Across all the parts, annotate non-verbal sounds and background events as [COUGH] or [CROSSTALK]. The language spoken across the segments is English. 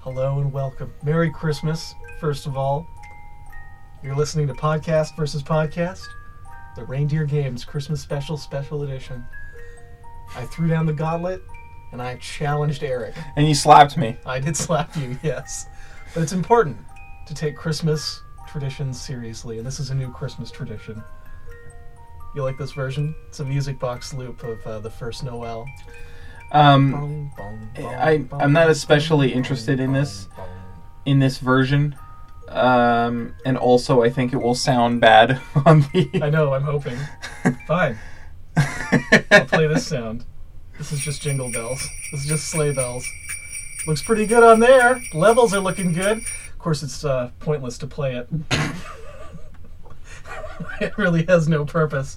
Hello and welcome. Merry Christmas, first of all. You're listening to Podcast versus Podcast, the Reindeer Games Christmas Special Special Edition. I threw down the gauntlet and I challenged Eric. And you slapped me. I did slap you, [LAUGHS] yes. But it's important to take Christmas traditions seriously, and this is a new Christmas tradition. You like this version? It's a music box loop of uh, the first Noel. Um, Bong, bong, bong, I- bong, I'm not especially bong, interested in bong, this. bong. in this version, um, and also I think it will sound bad [LAUGHS] on I [LAUGHS] the. know, I'm hoping. Fine, I'll play this sound. This is just jingle bells. This is just sleigh bells. Looks pretty good on there. Levels are looking good. Of course, it's uh, pointless to play it. [LAUGHS] it really has no purpose.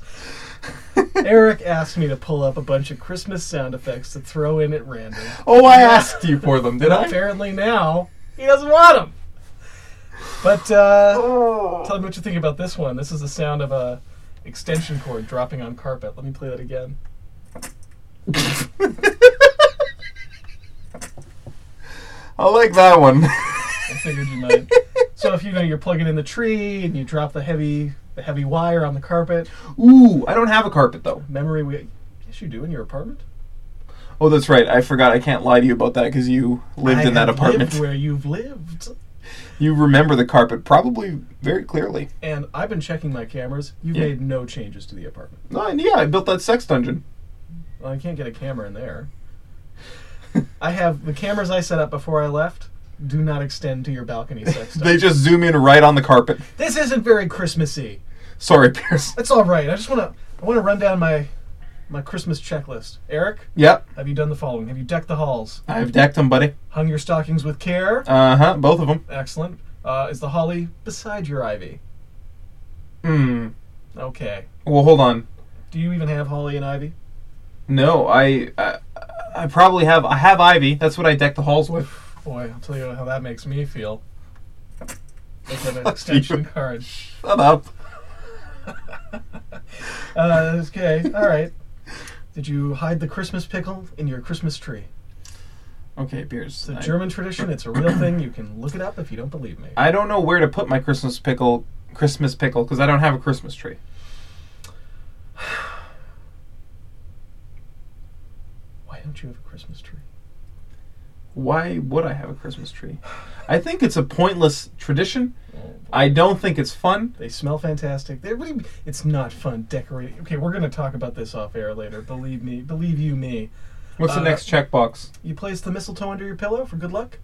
Eric asked me to pull up a bunch of Christmas sound effects to throw in at random. oh, I asked you for them, did But I? apparently now he doesn't want them. But uh, Oh. tell me what you think about this one. This is the sound of a extension cord dropping on carpet. Let me play that again. I like that one. [LAUGHS] I figured you might. so if you know you're plugging in the tree and you drop the heavy the heavy wire on the carpet, Ooh, I don't have a carpet though. memory we yes you do in your apartment. Oh, that's right. I forgot. I can't lie to you about that because you lived I in that have apartment. lived where you've lived. You remember the carpet probably very clearly. And I've been checking my cameras. You've Yeah. made no changes to the apartment. No, and yeah, I built that sex dungeon. Well, I can't get a camera in there. I have the cameras I set up before I left. Do not extend to your [LAUGHS] balcony sex stuff. They just zoom in right on the carpet. this isn't very Christmassy. Sorry, Pierce. That's all right. I just want to I want to run down my my Christmas checklist. Eric, Yep, have you done the following? Have you decked the halls? I've decked them, buddy. Hung your stockings with care? Uh huh. Both of them. Excellent. Uh, is the holly beside your ivy? Hmm. Okay. Well, hold on. Do you even have holly and ivy? No, I, I, I probably have. I have ivy. That's what I deck the halls with. Boy, I'll tell you how that makes me feel. Look at an Fuck extension you. card. Shut up. Uh, okay, all right. Did you hide the Christmas pickle in your Christmas tree? Okay, It's Pierce. a I- German tradition. It's a real thing. You can look it up if you don't believe me. I don't know where to put my Christmas pickle. Christmas pickle, because I don't have a Christmas tree. Why don't you have a Christmas tree? Why would I have a Christmas tree? I think it's a pointless tradition. Oh, I don't think it's fun. They smell fantastic. They're really, it's not fun decorating. Okay, we're gonna talk about this off air later. Believe me, believe you me. What's Uh, the next checkbox? You place the mistletoe under your pillow for good luck.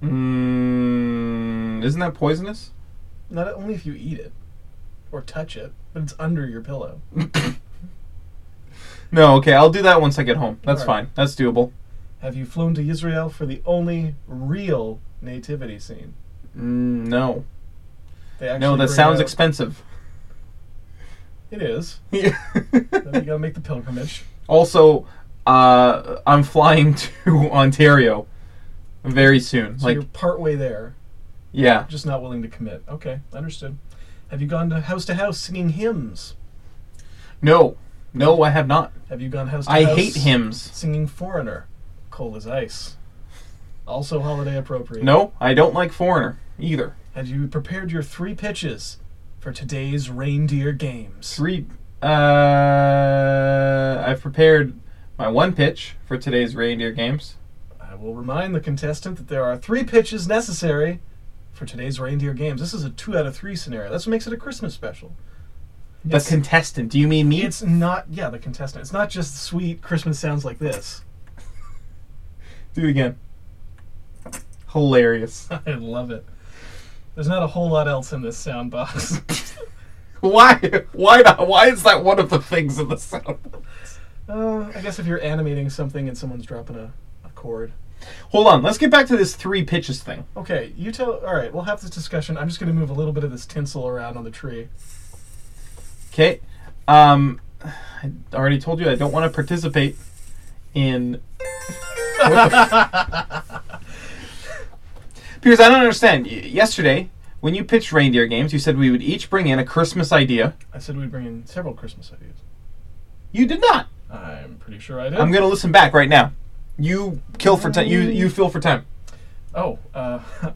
hmm. Mm, isn't that poisonous? Not only if you eat it or touch it, but it's under your pillow. No, okay, I'll do that once I get home. That's Alright. fine. That's doable. Have you flown to Israel for the only real nativity scene? Mm, no. They Hmm, actually No, that bring sounds out- expensive. It is. Then you gotta make the pilgrimage. [LAUGHS] also, uh, I'm flying [LAUGHS] to Ontario very soon. So like, you're partway there, yeah. just not willing to commit. Okay, understood. Have you gone to house to house singing hymns? No. No, I have not. Have you gone house to I house? hate hymns. Singing Foreigner, Cold as Ice. Also holiday appropriate. No, I don't like Foreigner either. Had you prepared your three pitches for today's reindeer games? Three. Uh, I've prepared my one pitch for today's reindeer games. I will remind the contestant that there are three pitches necessary for today's reindeer games. This is a two out of three scenario. That's what makes it a Christmas special. The It's- contestant. Do you mean me? It's not, yeah, the contestant. It's not just sweet Christmas sounds like this. [LAUGHS] Do it again. Hilarious. [LAUGHS] I love it. There's not a whole lot else in this sound [LAUGHS] box. Why? Why not? Why is that one of the things in the sound? uh, I guess if you're animating something and someone's dropping a, a chord. Hold on. Let's get back to this three pitches thing. Okay, you tell. All right, we'll have this discussion. I'm just going to move a little bit of this tinsel around on the tree. Okay. Um, I already told you I don't want to participate in. [LAUGHS] What the- Piers, I don't understand. Y- yesterday, when you pitched reindeer games, you said we would each bring in a Christmas idea. I said we'd bring in several Christmas ideas. You did not. I'm pretty sure I did. I'm gonna listen back right now. You kill for time. You you fill for time. Oh, uh, [LAUGHS]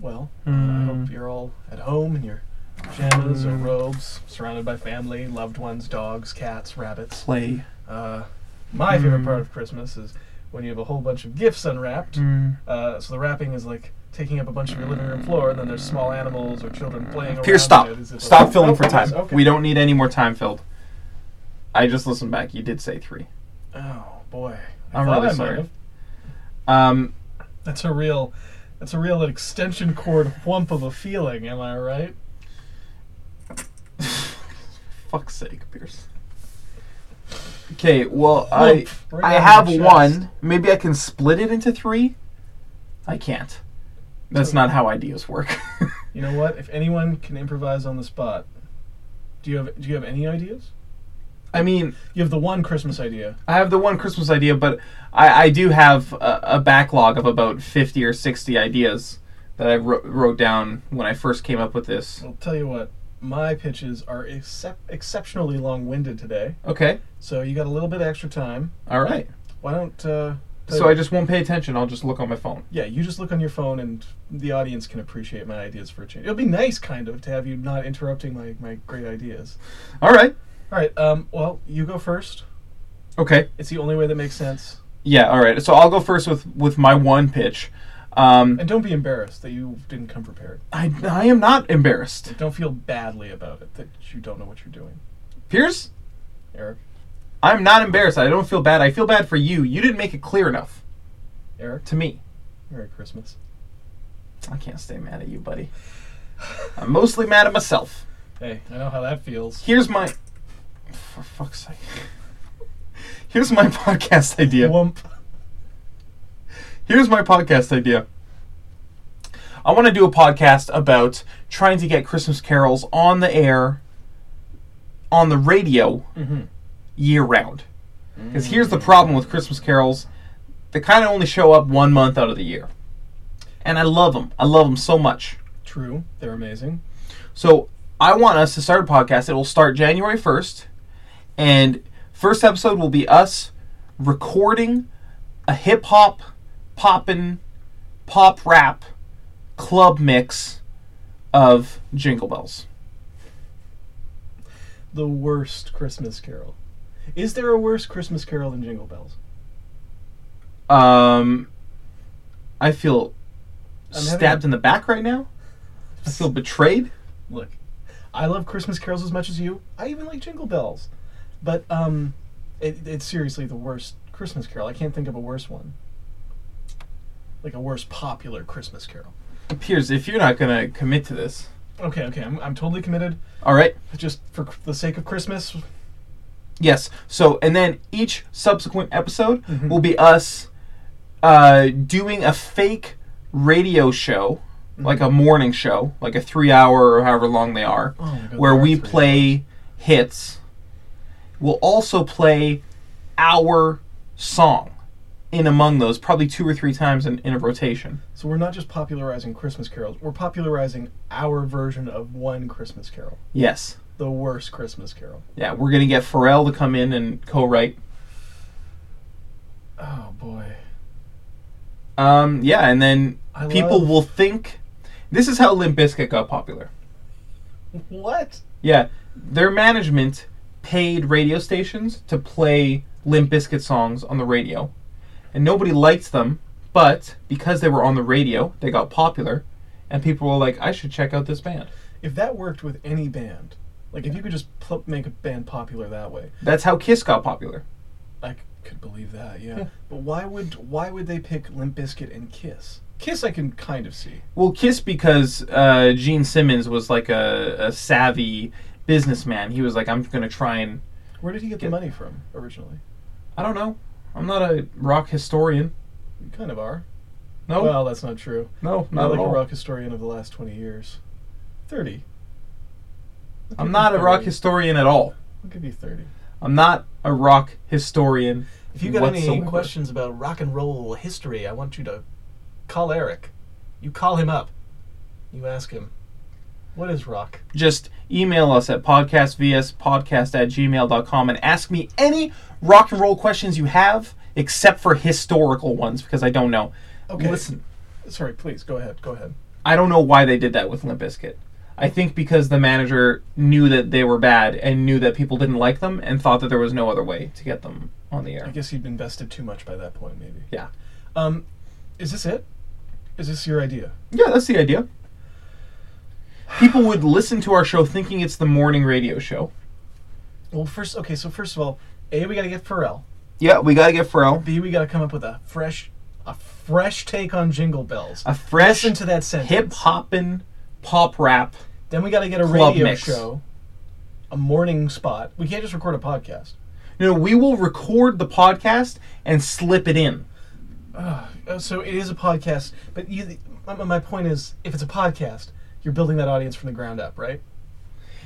well, I Mm. hope you're all at home in your pajamas or Mm. robes, surrounded by family, loved ones, dogs, cats, rabbits. Play. Uh, my favorite Mm. part of Christmas is when you have a whole bunch of gifts unwrapped. Hmm. Mm. Uh, so the wrapping is like taking up a bunch of your living room floor, and then there's small animals or children playing around. Pierce, stop. and it is just Stop like- filling Oh, for time. yes, Okay. We don't need any more time filled. I just listened back. You did say three. Oh boy. I'm thought really might sorry. have. Um, That's a real, that's a real extension cord whump of a feeling. Am I right? fuck's sake, Pierce. Okay, well, I Whump, right I down have the chest. one. Maybe I can split it into three. I can't. That's not how ideas work. [LAUGHS] You know what? If anyone can improvise on the spot, do you have do you have any ideas? I mean, You have the one Christmas idea. I have the one Christmas idea, but I, I do have a, a backlog of about 50 or 60 ideas that I wrote, wrote down when I first came up with this. I'll tell you what. My pitches are excep- exceptionally long-winded today, Okay, so you got a little bit of extra time. all right. Why don't? Uh, So I just won't pay attention. I'll just look on my phone. yeah, you just look on your phone, and the audience can appreciate my ideas for a change. It'll be nice, kind of, to have you not interrupting my my great ideas. All right. All right. Um. Well, you go first. Okay. It's the only way that makes sense. Yeah. All right. So I'll go first with with my one pitch. Um, And don't be embarrassed that you didn't come prepared. I I am not embarrassed. Don't feel badly about it that you don't know what you're doing, Pierce, Eric. I'm not embarrassed. I don't feel bad. I feel bad for you. You didn't make it clear enough Eric, to me. Merry Christmas. I can't stay mad at you, buddy. I'm mostly mad at myself. Hey, I know how that feels. Here's my. For fuck's sake. Here's my [LAUGHS] podcast idea. Whoomp. Here's my podcast idea. I want to do a podcast about trying to get Christmas carols on the air, on the radio, Mm-hmm. year round. Because here's the problem with Christmas carols they kind of only show up one month out of the year. And I love them. I love them so much. True, they're amazing. So I want us to start a podcast. It will start January 1st. And first episode will be us recording a hip hop, poppin', pop rap club mix of Jingle Bells. The worst Christmas carol. Is there a worse Christmas carol than Jingle Bells? Um, I feel I'm having- stabbed in the back right now. I feel betrayed. Look, I love Christmas carols as much as you. I even like Jingle Bells. But, um, it, it's seriously the worst Christmas carol. I can't think of a worse one. Like a worse popular Christmas carol. Piers, if you're not going to commit to this. Okay, okay, I'm, I'm totally committed. All right. Just for c- the sake of Christmas, Yes. So, and then each subsequent episode Mhm. will be us uh, doing a fake radio show, Mm-hmm. like a morning show, like a three hour or however long they are, Oh my God, where there are we three play hits. We'll also play our song in among those, probably two or three times in, in a rotation. So we're not just popularizing Christmas carols, we're popularizing our version of one Christmas carol. Yes. The worst Christmas carol. Yeah, we're going to get Pharrell to come in and co write. Oh boy. Um, yeah, and then I people love- will think. This is how Limp Bizkit got popular. What? Yeah, their management paid radio stations to play Limp Bizkit songs on the radio, and nobody liked them. But because they were on the radio, they got popular, and people were like, "I should check out this band." If that worked with any band, like if you could just pl- make a band popular that way, That's how Kiss got popular. I c- could believe that, yeah. Yeah. But why would why would they pick Limp Bizkit and Kiss? Kiss I can kind of see. Well, Kiss because uh, Gene Simmons was like a, a savvy businessman. He was like, "I'm gonna try and Where did he get the Yeah. money from originally? I don't know. I'm not a rock historian. You kind of are. No, Well, that's not true. no, Not not like at a all. rock historian of the last 20 years. 30. I'll give I'm you not a rock 30. historian at all. I'll give you 30. I'm not a rock historian. If you got any whatsoever. questions about rock and roll history, I want you to call Eric. You call him up. You ask him, what is rock? just email us at podcastvspodcast at gmail.com and ask me any rock and roll questions you have, except for historical ones, because I don't know. Okay. Listen, Sorry, please go ahead. Go ahead. I don't know why they did that with Limp Bizkit. I think because the manager knew that they were bad and knew that people didn't like them and thought that there was no other way to get them on the I air. guess you'd been vested too much by that point, maybe. Yeah. Um, is this it? Is this your idea? Yeah, that's the idea. People would listen to our show thinking it's the morning radio show. Well, first, okay. So first of all, a we got to get Pharrell. Yeah, we gotta get Pharrell. B we got to come up with a fresh, a fresh take on Jingle Bells. A fresh Listen to that sentence. hip hoppin' pop rap. Then we got to get a Club radio mix. show, a morning spot. We can't just record a podcast. No, we will record the podcast and slip it in. Uh, so it is a podcast, but you. My, my point is, if it's a podcast, you're building that audience from the ground up, right?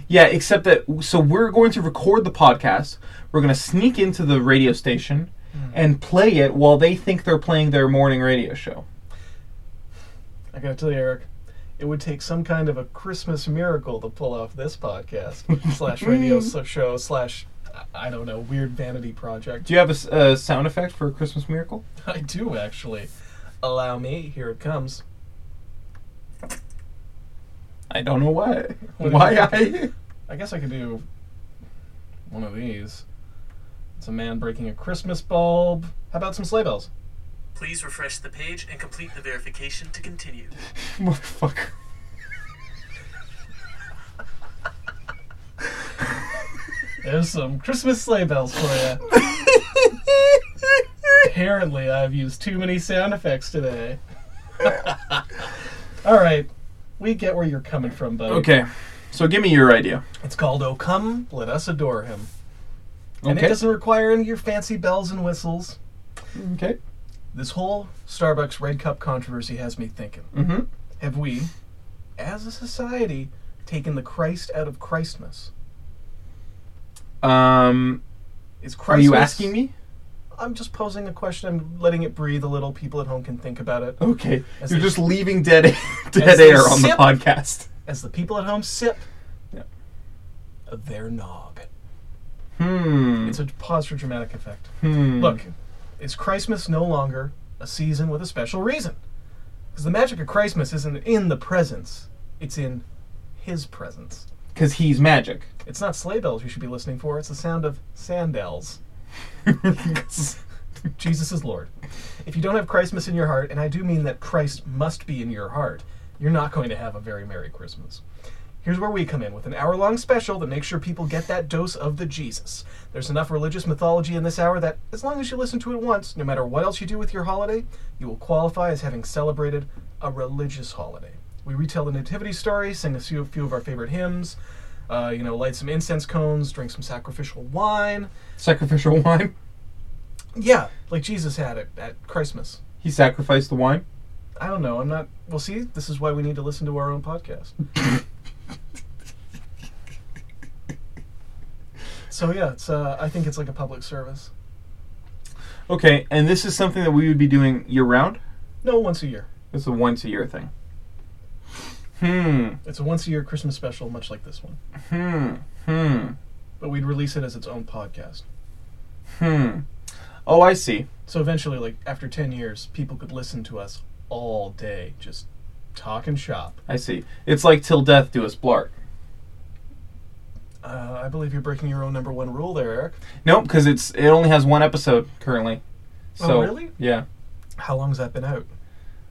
Yeah, except that so we're going to record the podcast. We're going to sneak into the radio station and play it while they think they're playing their morning radio show. I gotta tell you, Eric, it would take some kind of a Christmas miracle to pull off this podcast [LAUGHS] slash radio so- show slash I- I don't know weird vanity project. [LAUGHS] Do you have a s- a, sound effect for Christmas Miracle? I do actually. Allow me. Here it comes. I don't know why. What why do I? I guess I could do one of these. It's a man breaking a Christmas bulb. How about some sleigh bells? Please refresh the page and complete the verification to continue. [LAUGHS] Motherfucker. There's some Christmas sleigh bells for [LAUGHS] you. Apparently, I've used too many sound effects today. [LAUGHS] All right, we get where you're coming from, buddy. [LAUGHS] okay, so give me your idea. It's called "Oh Come, Let Us Adore Him," and it Okay. doesn't require any of your fancy bells and whistles. Okay. This whole Starbucks Red Cup controversy has me thinking: Mm-hmm. Have we, as a society, taken the Christ out of Christmas? Um, Is are Christmas? you asking me? I'm just posing a question. I'm letting it breathe a little. People at home can think about it. Okay, As you're they- just leaving dead dead they air on the sip. podcast. As the people at home sip Yeah. their nog. Hmm. It's a pause for dramatic effect. hmm. Look, is Christmas no longer a season with a special reason? Because the magic of Christmas isn't in the presence, it's in his presence. because he's magic. It's not sleigh bells you should be listening for, it's the sound of sandals. Jesus is Lord. If you don't have Christmas in your heart, and I do mean that Christ must be in your heart, you're not going to have a very Merry Christmas. Here's where we come in with an hour long special that makes sure people get that dose of the Jesus. There's enough religious mythology in this hour that, as long as you listen to it once, no matter what else you do with your holiday, you will qualify as having celebrated a religious holiday. We retell the nativity story, sing a few, few of our favorite hymns, uh, you know, light some incense cones, drink some sacrificial wine. Sacrificial [LAUGHS] wine. Yeah, like Jesus had it at Christmas. He sacrificed the wine. I don't know. I'm not. Well, see, this is why we need to listen to our own podcast. so yeah, it's. Uh, I think it's like a public service. Okay, and this is something that we would be doing year round. No, once a year. It's a once a year thing. Hmm. It's a once a year Christmas special, much like this one, Hmm. Hmm. but we'd release it as its own podcast. Hmm. Oh, I see. So eventually, like after ten years, people could listen to us all day, just talking shop. I see. It's like till death do us part. Uh, I believe you're breaking your own number one rule there, Eric. Nope, because it's it only has one episode currently. Oh, So, really? Yeah. How long's that been out?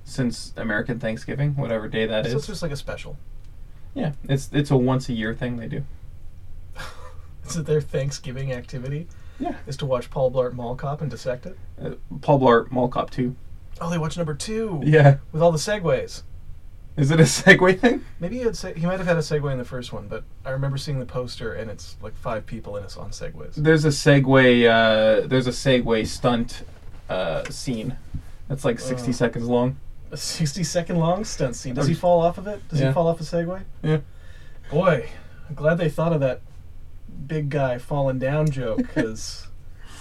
Since American Thanksgiving, whatever day that is. so it's just like a special. [LAUGHS] yeah, it's it's a once a year thing they do. Is it their Thanksgiving activity? Yeah. Is to watch Paul Blart Mall Cop and dissect it? Uh, Paul Blart Mall Cop Two. Oh, they watch number two. Yeah. With all the segues. Is it a [LAUGHS] segue thing? Maybe he, had se- he might have had a segue in the first one, but I remember seeing the poster and it's like five people and it's on segues. There's a Segway. Uh, there's a Segway stunt uh, scene. That's like 60 Oh. seconds long. A 60 second long stunt scene. Does Or- he fall off of it? Does Yeah. he fall off a segue? Yeah. Boy, I'm glad they thought of that big guy falling down joke [LAUGHS] because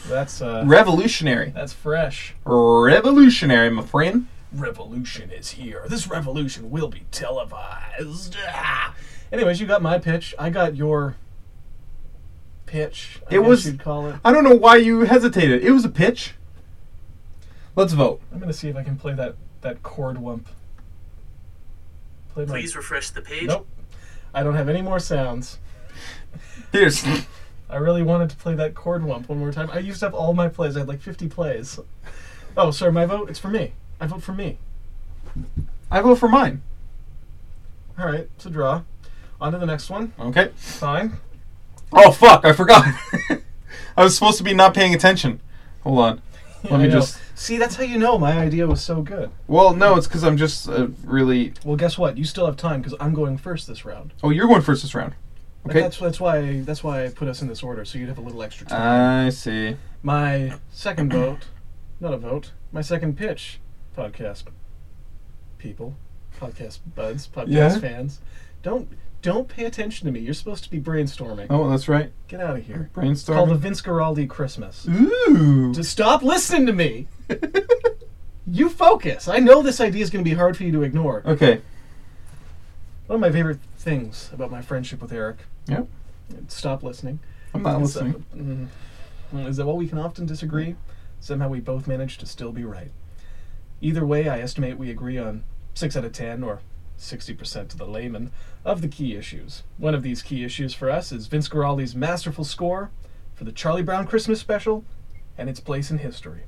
that's, uh, Revolutionary. that's fresh. Revolutionary, my friend. revolution is here. This revolution will be televised. Ah. Anyways, you got my pitch. I got your pitch. I It guess was- you'd call it. I don't know why you hesitated. It was a pitch. Let's vote. I'm gonna see if I can play that that cordwump. Play my. Please refresh the page. Nope. I don't have any more sounds. Here's I really wanted to play that cordwump one more time. I used up all my plays. I had like 50 plays. Oh, sorry, my vote. It's for me. I vote for me. I vote for mine. All right, it's a draw. On to the next one. Okay. Fine. Oh fuck! I forgot. [LAUGHS] I was supposed to be not paying attention. Hold on. Let me I know. just. see. That's how you know my idea was so good. Well, no, it's because I'm just uh, really. Well, guess what? You still have time because I'm going first this round. Oh, you're going first this round. And Okay. That's that's why that's why I put us in this order, so you'd have a little extra Uh. time. I see. My second vote, not a vote, my second pitch, podcast people, podcast buds, podcast Yeah? fans. Don't don't pay attention to me. You're supposed to be brainstorming. Oh, that's right. Get out of here. It's called the Brainstorm. Vince Guaraldi Christmas. Ooh. Just stop listening to [LAUGHS] me. You focus. I know this idea is going to be hard for you to ignore. okay. One of my favorite things about my friendship with Eric. Yep. Stop listening. I'm not is that- listening. mm, is that while we can often disagree, somehow we both manage to still be right. Either way, I estimate we agree on 6 out of 10, or 60% to the layman, of the key issues. One of these key issues for us is Vince Guaraldi's masterful score for the Charlie Brown Christmas special and its place in history.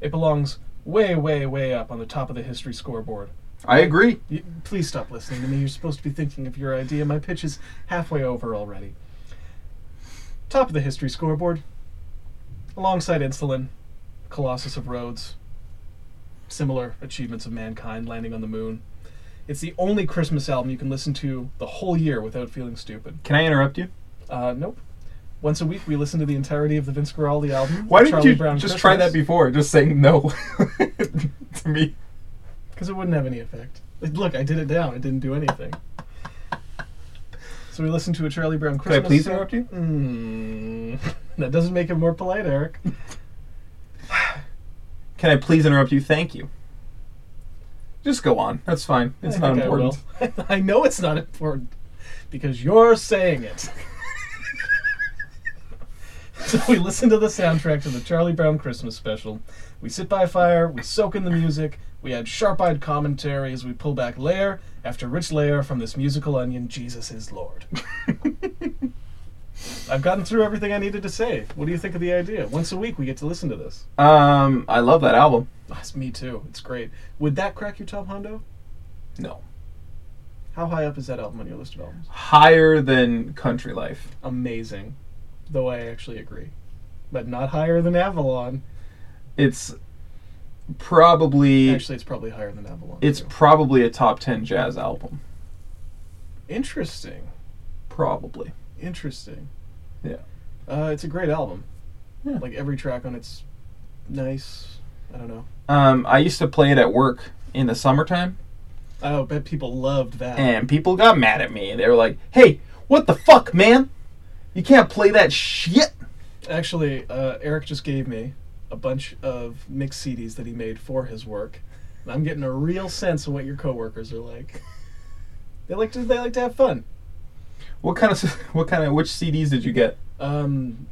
It belongs way, way, way up on the top of the history scoreboard. I agree. You, please stop listening to me. You're supposed to be thinking of your idea. My pitch is halfway over already. Top of the history scoreboard. Alongside insulin, Colossus of Rhodes, similar achievements of mankind landing on the moon. It's the only Christmas album you can listen to the whole year without feeling stupid. Can I interrupt you? Uh, nope. Once a week, we listen to the entirety of the Vince Guaraldi album. Why didn't Charlie you Brown just try that before? Just saying no [LAUGHS] to me. Because it wouldn't have any effect. Look, I did it down. It didn't do anything. So we listened to a Charlie Brown Could I Christmas. please interrupt you? Mm, [LAUGHS] that doesn't make it more polite, Eric. Can I please interrupt you? Thank you. Just go on. That's fine. It's I not think I important. will. [LAUGHS] I, know it's not important because you're saying it. [LAUGHS] so we listen to the soundtrack to the Charlie Brown Christmas special. We sit by a fire, we soak in the music, we add sharp eyed commentary as we pull back layer after rich layer from this musical onion, Jesus is [LAUGHS] Lord. I've gotten through everything I needed to say. What do you think of the idea? Once a week we get to listen to this. um, I love that album. That's me too. It's great. Would that crack your top Hondo? No. How high up is that album on your list of albums? Higher than Country Life. amazing, though I actually agree. But not higher than Avalon. It's probably Actually, it's probably higher than Avalon. it's too. probably a top 10 jazz album. interesting. Probably. Interesting. Yeah. Uh, it's a great album. Yeah. Like every track on it's nice. I don't know. Um, I used to play it at work in the summertime, I bet people loved that. and people got mad at me. They were like, "Hey, what the fuck, man? You can't play that shit." Actually, uh, Eric just gave me a bunch of mixed CDs that he made for his work, and I'm getting a real sense of what your coworkers are like. [LAUGHS] They like to they like to have fun. What kind of [LAUGHS] what kind of which CDs did you get? Um,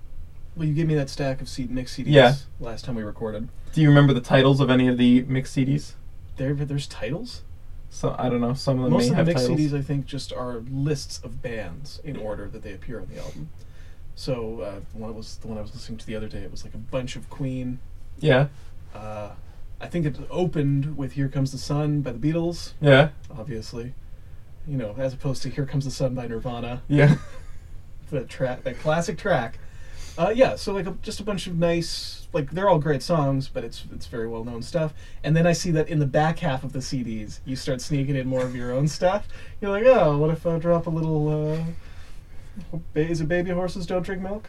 well, you gave me that stack of C- mixed CDs Yeah. last time we recorded. Do you remember the titles of any of the mixed CDs? There, there's titles. So I don't know. Some of them Most may of the have mixed titles. CDs, I think, just are lists of bands in order that they appear on the album. So uh, one was the one I was listening to the other day. It was like a bunch of Queen. Yeah, Uh, I think it opened with "Here Comes the Sun" by the Beatles, yeah, obviously. You know, as opposed to "Here Comes the Sun" by Nirvana. yeah. [LAUGHS] that track, that classic track. Uh, yeah, so like a, just a bunch of nice, like they're all great songs, but it's it's very well known stuff. And then I see that in the back half of the CDs, you start sneaking in more of your own stuff. You're like, oh, what if I drop a little? Uh, ba- is it baby horses don't drink milk?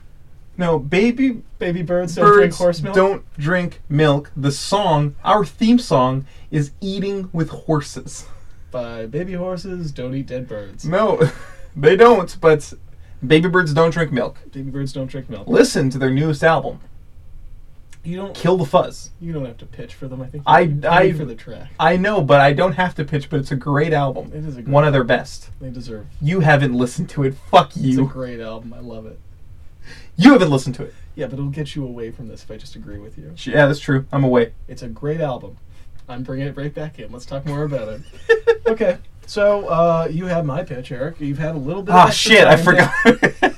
No, baby Baby birds don't drink birds horse milk. don't drink milk. The song, our theme song, is "Eating with Horses." By baby horses don't eat dead birds. No, [LAUGHS] they don't. But baby birds don't drink milk. Baby birds don't drink milk. Listen to their newest album, You don't. "Kill the Fuzz." You don't have to pitch for them. I think. I- You pay I- for the track. I know, but I don't have to pitch. But it's a great album. It is a great one of their best. They deserve. You haven't listened to it. Fuck It's a you. great album. I love it. you haven't listened to it. Yeah, but it'll get you away from this if I just agree with you. Yeah, that's true. I'm away. It's a great album. I'm bringing it right back in. Let's talk more about it. [LAUGHS] okay. So uh, you have my pitch, Eric. You've had a little bit. of Ah, extra shit, I time. forgot.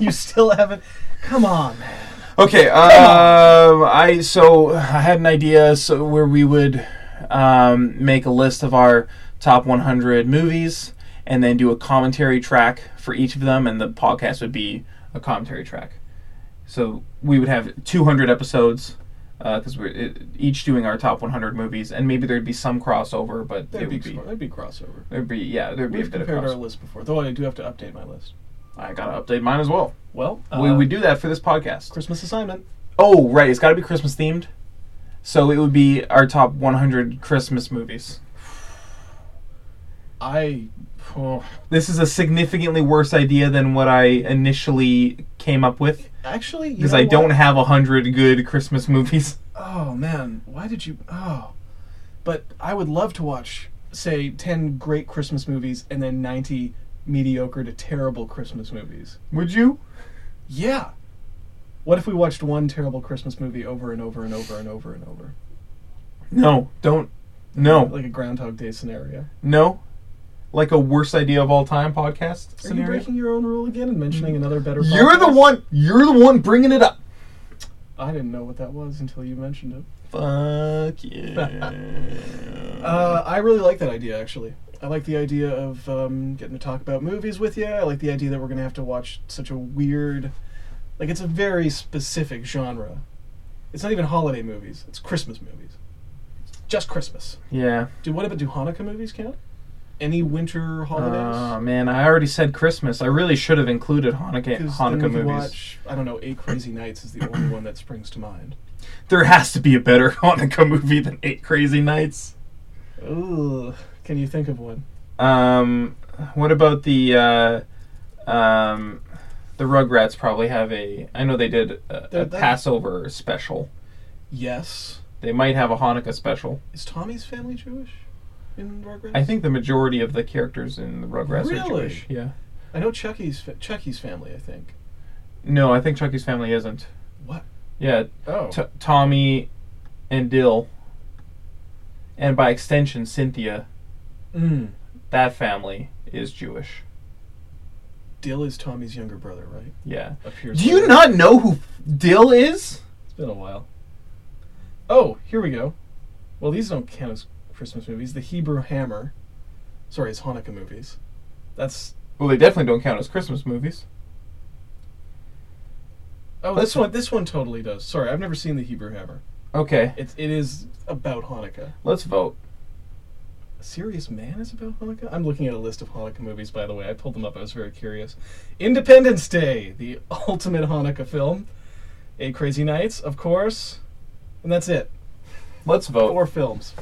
[LAUGHS] [LAUGHS] you still haven't. Come on, man. Okay, um, I so I had an idea so where we would um, make a list of our top 100 movies and then do a commentary track for each of them, and the podcast would be a commentary track. So we would have 200 episodes because we're it, each doing our top 100 movies, and maybe there'd be some crossover, but That'd it be, would be that'd be crossover. there'd be yeah there'd be a We've bit of compared our crossover. list before, though. I do have to update my list. I gotta update mine as well. Well, we uh, would do that for this podcast. Christmas assignment. Oh, right. It's got to be Christmas themed. So it would be our top 100 Christmas movies. I [SIGHS] Oh, this is a significantly worse idea than what I initially came up with actually you because know I what? don't have 100 good Christmas movies. [LAUGHS] Oh man, why did you? Oh, but I would love to watch, say, ten great Christmas movies and then ninety mediocre to terrible Christmas movies. Would you? Yeah. What if we watched one terrible Christmas movie over and over and over and over and over, No, don't. No, like a Groundhog Day scenario? no. Like a worst idea of all time podcast Are you scenario. Mm. breaking your own rule again and mentioning another better? You're the podcast? one. You're the one bringing it up. I didn't know what that was until you mentioned it. Fuck [LAUGHS] yeah. Uh, I really like that idea actually. I like the idea of um, getting to talk about movies with you. I like the idea that we're gonna have to watch such a weird, like it's a very specific genre. It's not even holiday movies. It's Christmas movies. It's just Christmas. yeah. Dude, what about do Hanukkah movies count? Any winter holidays? Oh man, I already said Christmas. I really should have included Hanukkah 'Cause then we Hanukkah could movies. Watch, I don't know. Eight Crazy Nights is the only one that springs to mind. There has to be a better [LAUGHS] Hanukkah movie than Eight Crazy Nights. Ooh, can you think of one? Um, what about the uh, um, the Rugrats? Probably have a. I know they did They're- a, a they're- Passover special. Yes. They might have a Hanukkah special. Is Tommy's family Jewish? In Rugrats? I think the majority of the characters in the Rugrats Really? are Jewish. Yeah. I know Chucky's fa- Chucky's family. I think. No, I think Chucky's family isn't. What? Yeah, Oh. T- Tommy and Dill, and by extension Cynthia. Hmm. mm. that family is Jewish. Dill is Tommy's younger brother, right? Yeah. Appears. Do you later. not know who Dill is? It's been a while. Oh, here we go. Well, these don't count as Christmas movies. The Hebrew Hammer. Sorry, it's Hanukkah movies. That's Well, they definitely don't count as Christmas movies. oh, this one. This one totally does. Sorry, I've never seen the Hebrew Hammer. Okay, It it is about Hanukkah. let's vote. A Serious Man is about Hanukkah? I'm looking at a list of Hanukkah movies, by the way. I pulled them up. I was very curious. Independence Day, the [LAUGHS] ultimate Hanukkah film. Eight Crazy Nights, of course. And that's it. Let's vote. Four films.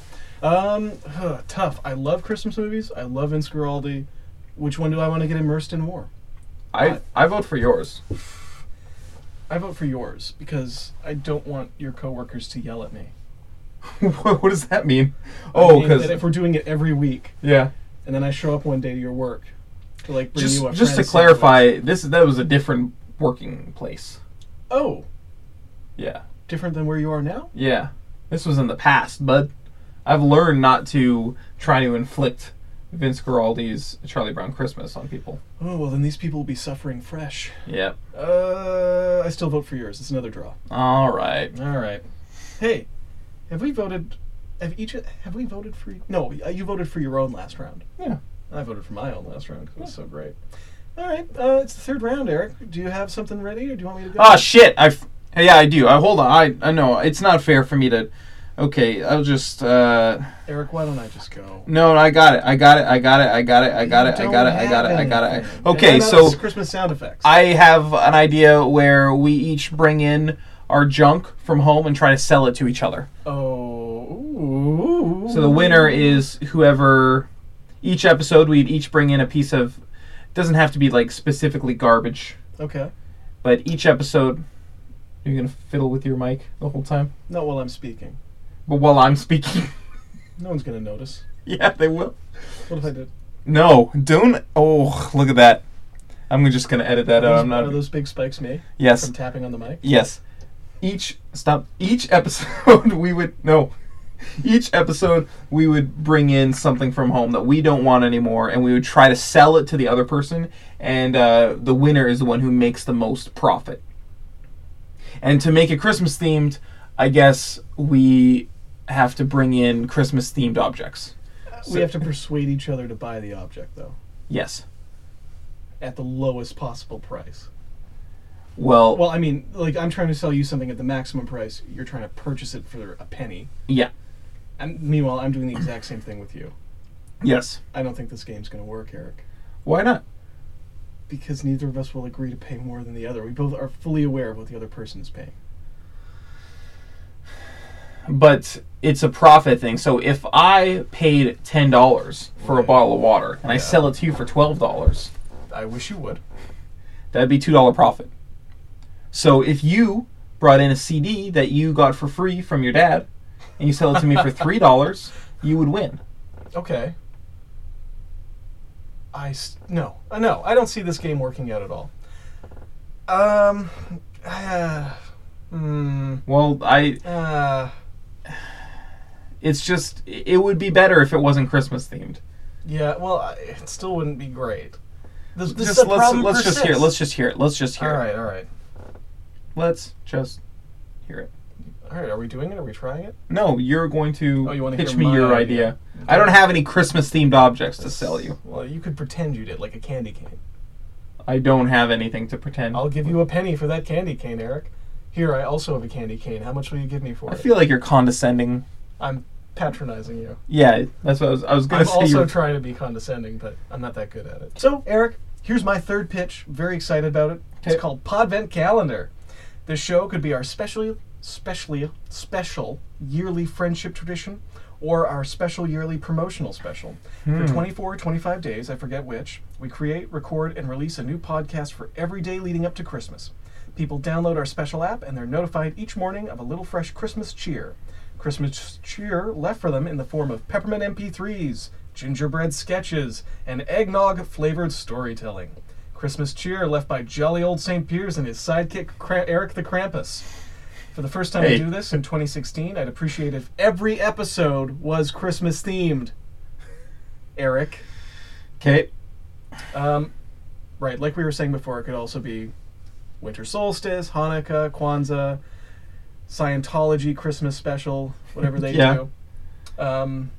Um, huh, tough. I love Christmas movies. I love Inscaraldi. Which one do I want to get immersed in more? I I vote for yours. [LAUGHS] I vote for yours because I don't want your coworkers to yell at me. what what does that mean? I Oh, mean that because if we're doing it every week, yeah. and then I show up one day to your work to like bring Just you a just to friend sandwich. clarify, this that was a different working place. Oh, Yeah, different than where you are now. yeah. This was in the past, bud. I've learned not to try to inflict Vince Guaraldi's Charlie Brown Christmas on people. Oh well, then these people will be suffering fresh. Yeah. Uh, I still vote for yours. It's another draw. All right. All right. Hey, have we voted? Have each? Have we voted for? No, uh, you voted for your own last round. Yeah. I voted for my own last round 'cause it was so great. All right. Uh, it's the third round, Eric. Do you have something ready, or do you want me to go? Ah shit! I f- yeah, I do. I hold on. I I know it's not fair for me to. Okay, I'll just. uh Eric, why don't I just go? No, I got it. I got it. I got it. I got it. I got it. I Don't got it. I have got it. I got it. anything. Okay, And how about so this Christmas sound effects. I have an idea where we each bring in our junk from home and try to sell it to each other. oh. ooh. So the winner is whoever. Each episode, we'd each bring in a piece of. Doesn't have to be like specifically garbage, Okay. but each episode, you're gonna fiddle with your mic the whole time. Not while I'm speaking. But while I'm speaking, No one's gonna notice. [LAUGHS] yeah, they will. What if I did? No, don't. Oh, look at that. I'm just gonna edit that out. Those- I'm Are not. those big spikes me Yes, from tapping on the mic? [LAUGHS] yes. Each stop. Each episode we would no. each episode we would bring in something from home that we don't want anymore and we would try to sell it to the other person and uh, the winner is the one who makes the most profit and to make it christmas themed i guess we have to bring in christmas themed objects we have to persuade each other to buy the object, though, yes at the lowest possible price. well, Well, I mean, like I'm trying to sell you something at the maximum price. You're trying to purchase it for a penny. yeah And meanwhile, I'm doing the exact same thing with you. yes I don't think this game's going to work, Eric, why not because neither of us will agree to pay more than the other. We both are fully aware of what the other person is paying. but it's a profit thing. So if I paid ten dollars for a Right. bottle of water and I Yeah. sell it to you for twelve dollars, I wish you would. that'd be two dollar profit. So if you brought in a CD that you got for free from your dad and you sell it to me [LAUGHS] for three dollars, you would win. Okay. I s- no Uh, no I don't see this game working out at all. Um, uh, mm, Well, I uh, it's just it would be better if it wasn't Christmas themed. yeah. Well, I, it still wouldn't be great. This, this Just the let's problem let's just hear it. persists. Let's just hear it. Let's just hear all it. right, all right, Let's just hear it. all right. Are we doing it? Are we trying it? No, you're going to Oh, you wanna pitch hear me my your idea. idea. I don't have any Christmas themed objects to sell you. Well, you could pretend you did, like a candy cane. I don't have anything to pretend. I'll give you a penny for that candy cane, Eric. Here, I also have a candy cane. How much will you give me for I it? feel like you're condescending. I'm patronizing you. Yeah, that's what I was. I was gonna I'm say. also you're- trying to be condescending, but I'm not that good at it. So, Eric, here's my third pitch. Very excited about it. Okay. It's called Podvent Calendar. This show could be our specially, specially, special yearly friendship tradition or our special yearly promotional special. For 24 or 25 days, I forget which, we create, record, and release a new podcast for every day leading up to Christmas. People download our special app and they're notified each morning of a little fresh Christmas cheer. Christmas cheer left for them in the form of peppermint MP3s, gingerbread sketches, and eggnog flavored storytelling. Christmas cheer left by jolly old St. Piers and his sidekick Kra- Eric the Krampus. For the first time Hey. I do this in 2016, I'd appreciate if every episode was Christmas themed. Eric. okay. Um, right, like we were saying before, it could also be winter solstice, Hanukkah, Kwanzaa, Scientology Christmas special, whatever they [LAUGHS] Yeah. do. Um,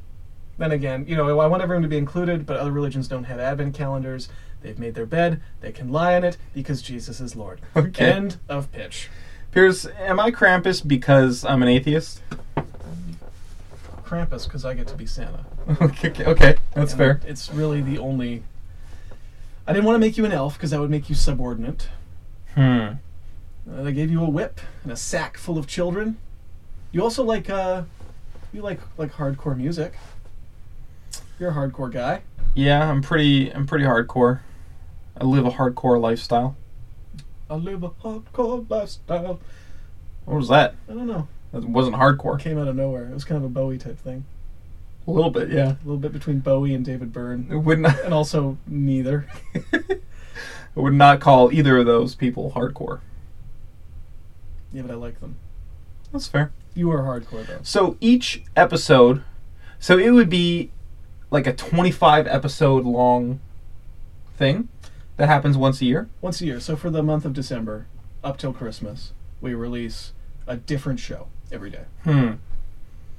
then again, you know, I want everyone to be included, but other religions don't have advent calendars. They've made their bed, they can lie in it because Jesus is Lord. Okay. End of pitch. Piers, am I Krampus because I'm an atheist? [LAUGHS] Krampus, because I get to be Santa. okay, okay, okay, that's And fair. It's really the only. I didn't want to make you an elf because that would make you subordinate. Hmm. Uh, they gave you a whip and a sack full of children. You also like uh, you like like hardcore music. You're a hardcore guy. Yeah, I'm pretty. I'm pretty hardcore. I live a hardcore lifestyle. I live a hardcore lifestyle. What was that? I don't know. That wasn't hardcore. It came out of nowhere. It was kind of a Bowie type thing. A little bit, yeah. A little bit between Bowie and David Byrne, I would not. and also neither. I would not call either of those people hardcore. Yeah, but I like them. That's fair. You are hardcore though. So each episode, so it would be like a 25 episode long thing that happens once a year. Once a year. So for the month of December, up till Christmas, we release a different show every day. Hmm.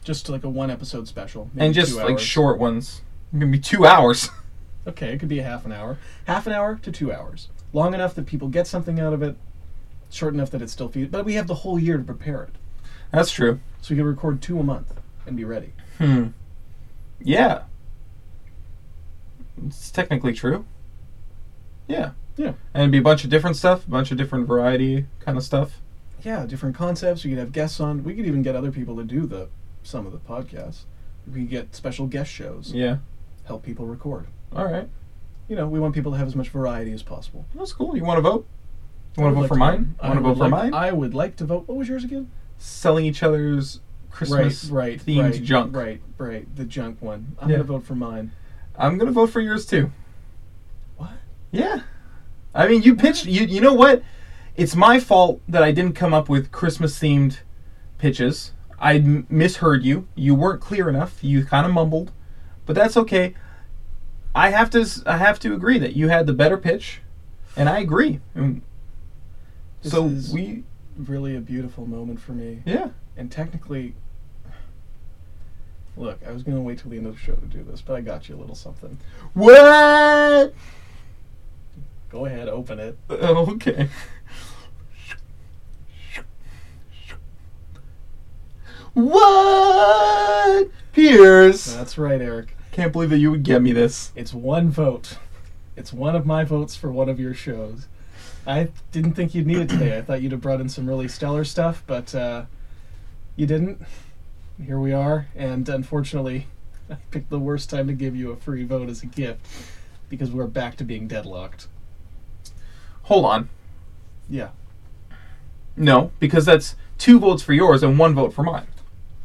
Just like a one episode special. maybe And just two like hours. short ones. Maybe two hours. [LAUGHS] Okay, it could be a half an hour. Half an hour to two hours. Long enough that people get something out of it, short enough that it's still feed. But we have the whole year to prepare it. That's true. So we can record two a month and be ready. Hmm. Yeah. It's technically true. Yeah. Yeah. And it'd be a bunch of different stuff, a bunch of different variety kind of stuff. Yeah, different concepts. We could have guests on. We could even get other people to do the some of the podcasts. We could get special guest shows, Yeah. help people record. All right. You know, we want people to have as much variety as possible. That's cool. You want to vote? You I want to would vote like for mine? I Want to would vote for like- mine? I would like to vote. What was yours again? Selling each other's Christmas right, right, themed right, junk. Right, right. The junk one. I'm Yeah. gonna vote for mine. I'm gonna vote for yours too. What? Yeah. I mean, you pitched. You you know what? It's my fault that I didn't come up with Christmas themed pitches. I m- misheard you. You weren't clear enough. You kind of mumbled, but that's okay. I have to. s- I have to agree that you had the better pitch, and I agree. And This so is- we, Really a beautiful moment for me. yeah, And technically, look, I was going to wait till the end of the show to do this, but I got you a little something. what? Go ahead, open it. Oh, Okay. What? Piers. That's right, Eric. Can't believe that you would get me this. It's one vote. It's one of my votes for one of your shows. I didn't think you'd need it today. I thought you'd have brought in some really stellar stuff, but uh, you didn't. Here we are, and unfortunately, [LAUGHS] I picked the worst time to give you a free vote as a gift because we're back to being deadlocked. Hold on. Yeah. No, because that's two votes for yours and one vote for mine.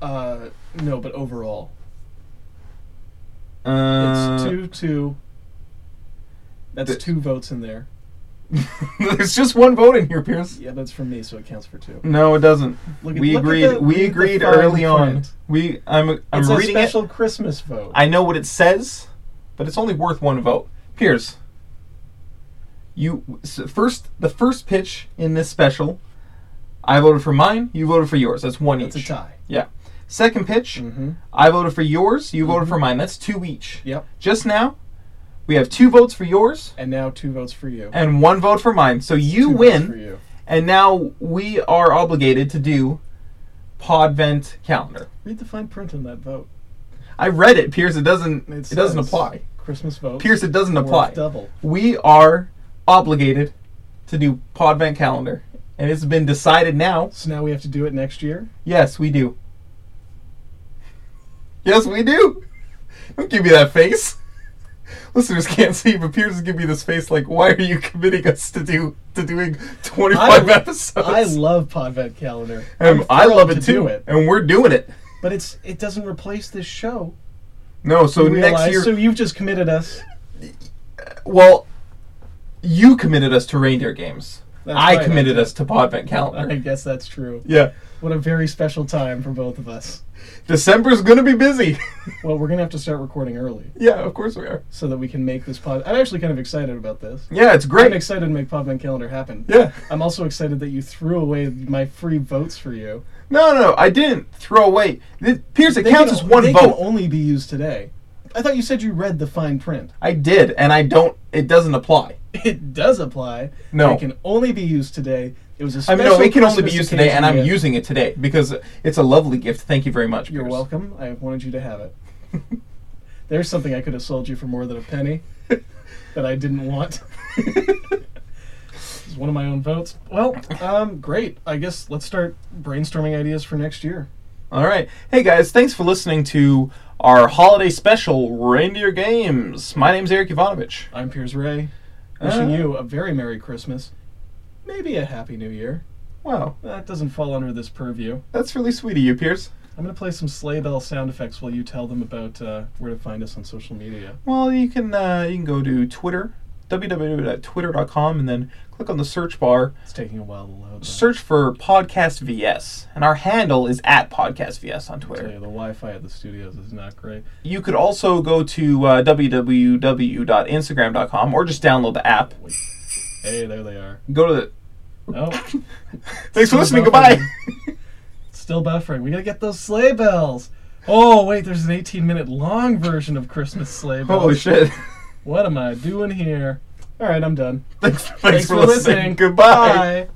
Uh, no, but overall, Uh, it's two two. That's th- two votes in there. [LAUGHS] There's just one vote in here, Pierce. Yeah, that's from me, so it counts for two. No, it doesn't. Look at- we look at agreed. the- look we at the agreed fine early on. print. We. I'm. I'm it's reading a special it. Christmas vote. I know what it says, but it's only worth one vote. Piers, you s- first. The first pitch in this special, I voted for mine. You voted for yours. That's one That's a each. tie. Yeah. Second pitch, Mm-hmm. I voted for yours. You voted for mine. That's two each. Yep. Just now, we have two votes for yours And now two votes for you. and one vote for mine. So you Two votes For win, you. and now we are obligated to do Podvent calendar. Read the fine print in that vote. I read it, Pierce. It doesn't. It It, doesn't says apply, Christmas vote. Pierce. It doesn't worth apply. Double. We are obligated to do Podvent calendar, and it's been decided now. So now we have to do it next year. Yes, we do. Yes, we do. Don't give me that face. [LAUGHS] Listeners can't see, but Piers is giving me this face like, why are you committing us to do to doing twenty five I- episodes? I love Podvent calendar. and I love it to do too, it. and we're doing it. But it's it doesn't replace this show. No, so You next realize? year, So you've just committed us. well, you committed us to reindeer games. That's I right, I committed did. us to Podvent I calendar. guess that's true. yeah, What a very special time for both of us. December's gonna be busy. [LAUGHS] Well, we're gonna have to start recording early yeah, of course we are. so that we can make this pod. I'm actually kind of excited about this. Yeah, it's I'm great. excited to make Podman Calendar happen. Yeah. I'm also excited that you threw away my free votes for you. No, no, I didn't throw away. Th- Piers, it They counts can- as one they vote. can only be used today. I thought you said you read the fine print. [LAUGHS] I did, and I don't. It doesn't apply. It does apply. No. It can only be used today. It was a I special mean, no, it can only be Christmas used today, and I'm occasion. using it today because it's a lovely gift. Thank you very much. You're Piers. welcome. I wanted you to have it. [LAUGHS] There's something I could have sold you for more than a penny that I didn't want. It's one of my own votes. Well, um, great. I guess let's start brainstorming ideas for next year. All right. Hey, guys, thanks for listening to our holiday special, Reindeer Games. My name's Eric Ivanovich. I'm Piers Ray, wishing Uh. you a very Merry Christmas, maybe a Happy New Year. Wow, That doesn't fall under this purview. that's really sweet of you, Piers. I'm going to play some sleigh bell sound effects while you tell them about uh, where to find us on social media. Well, you can uh, you can go to Twitter, www.twitter.com, and then click on the search bar, It's taking a while to load. though. search for Podcast VS, and our handle is at Podcast VS on I Twitter. tell you, the Wi-Fi at the studios is not great. You could also go to uh, www.instagram.com or just download the app. Hey, there they are. Go to the. Oh, Thanks for listening. buffering. Goodbye. [LAUGHS] still buffering. We got to get those sleigh bells. Oh, wait, there's an 18-minute long version of Christmas sleigh bells. Holy oh, shit. What am I doing here? All right, I'm done. [LAUGHS] Thanks, thanks, Thanks, for listening. Goodbye. Bye.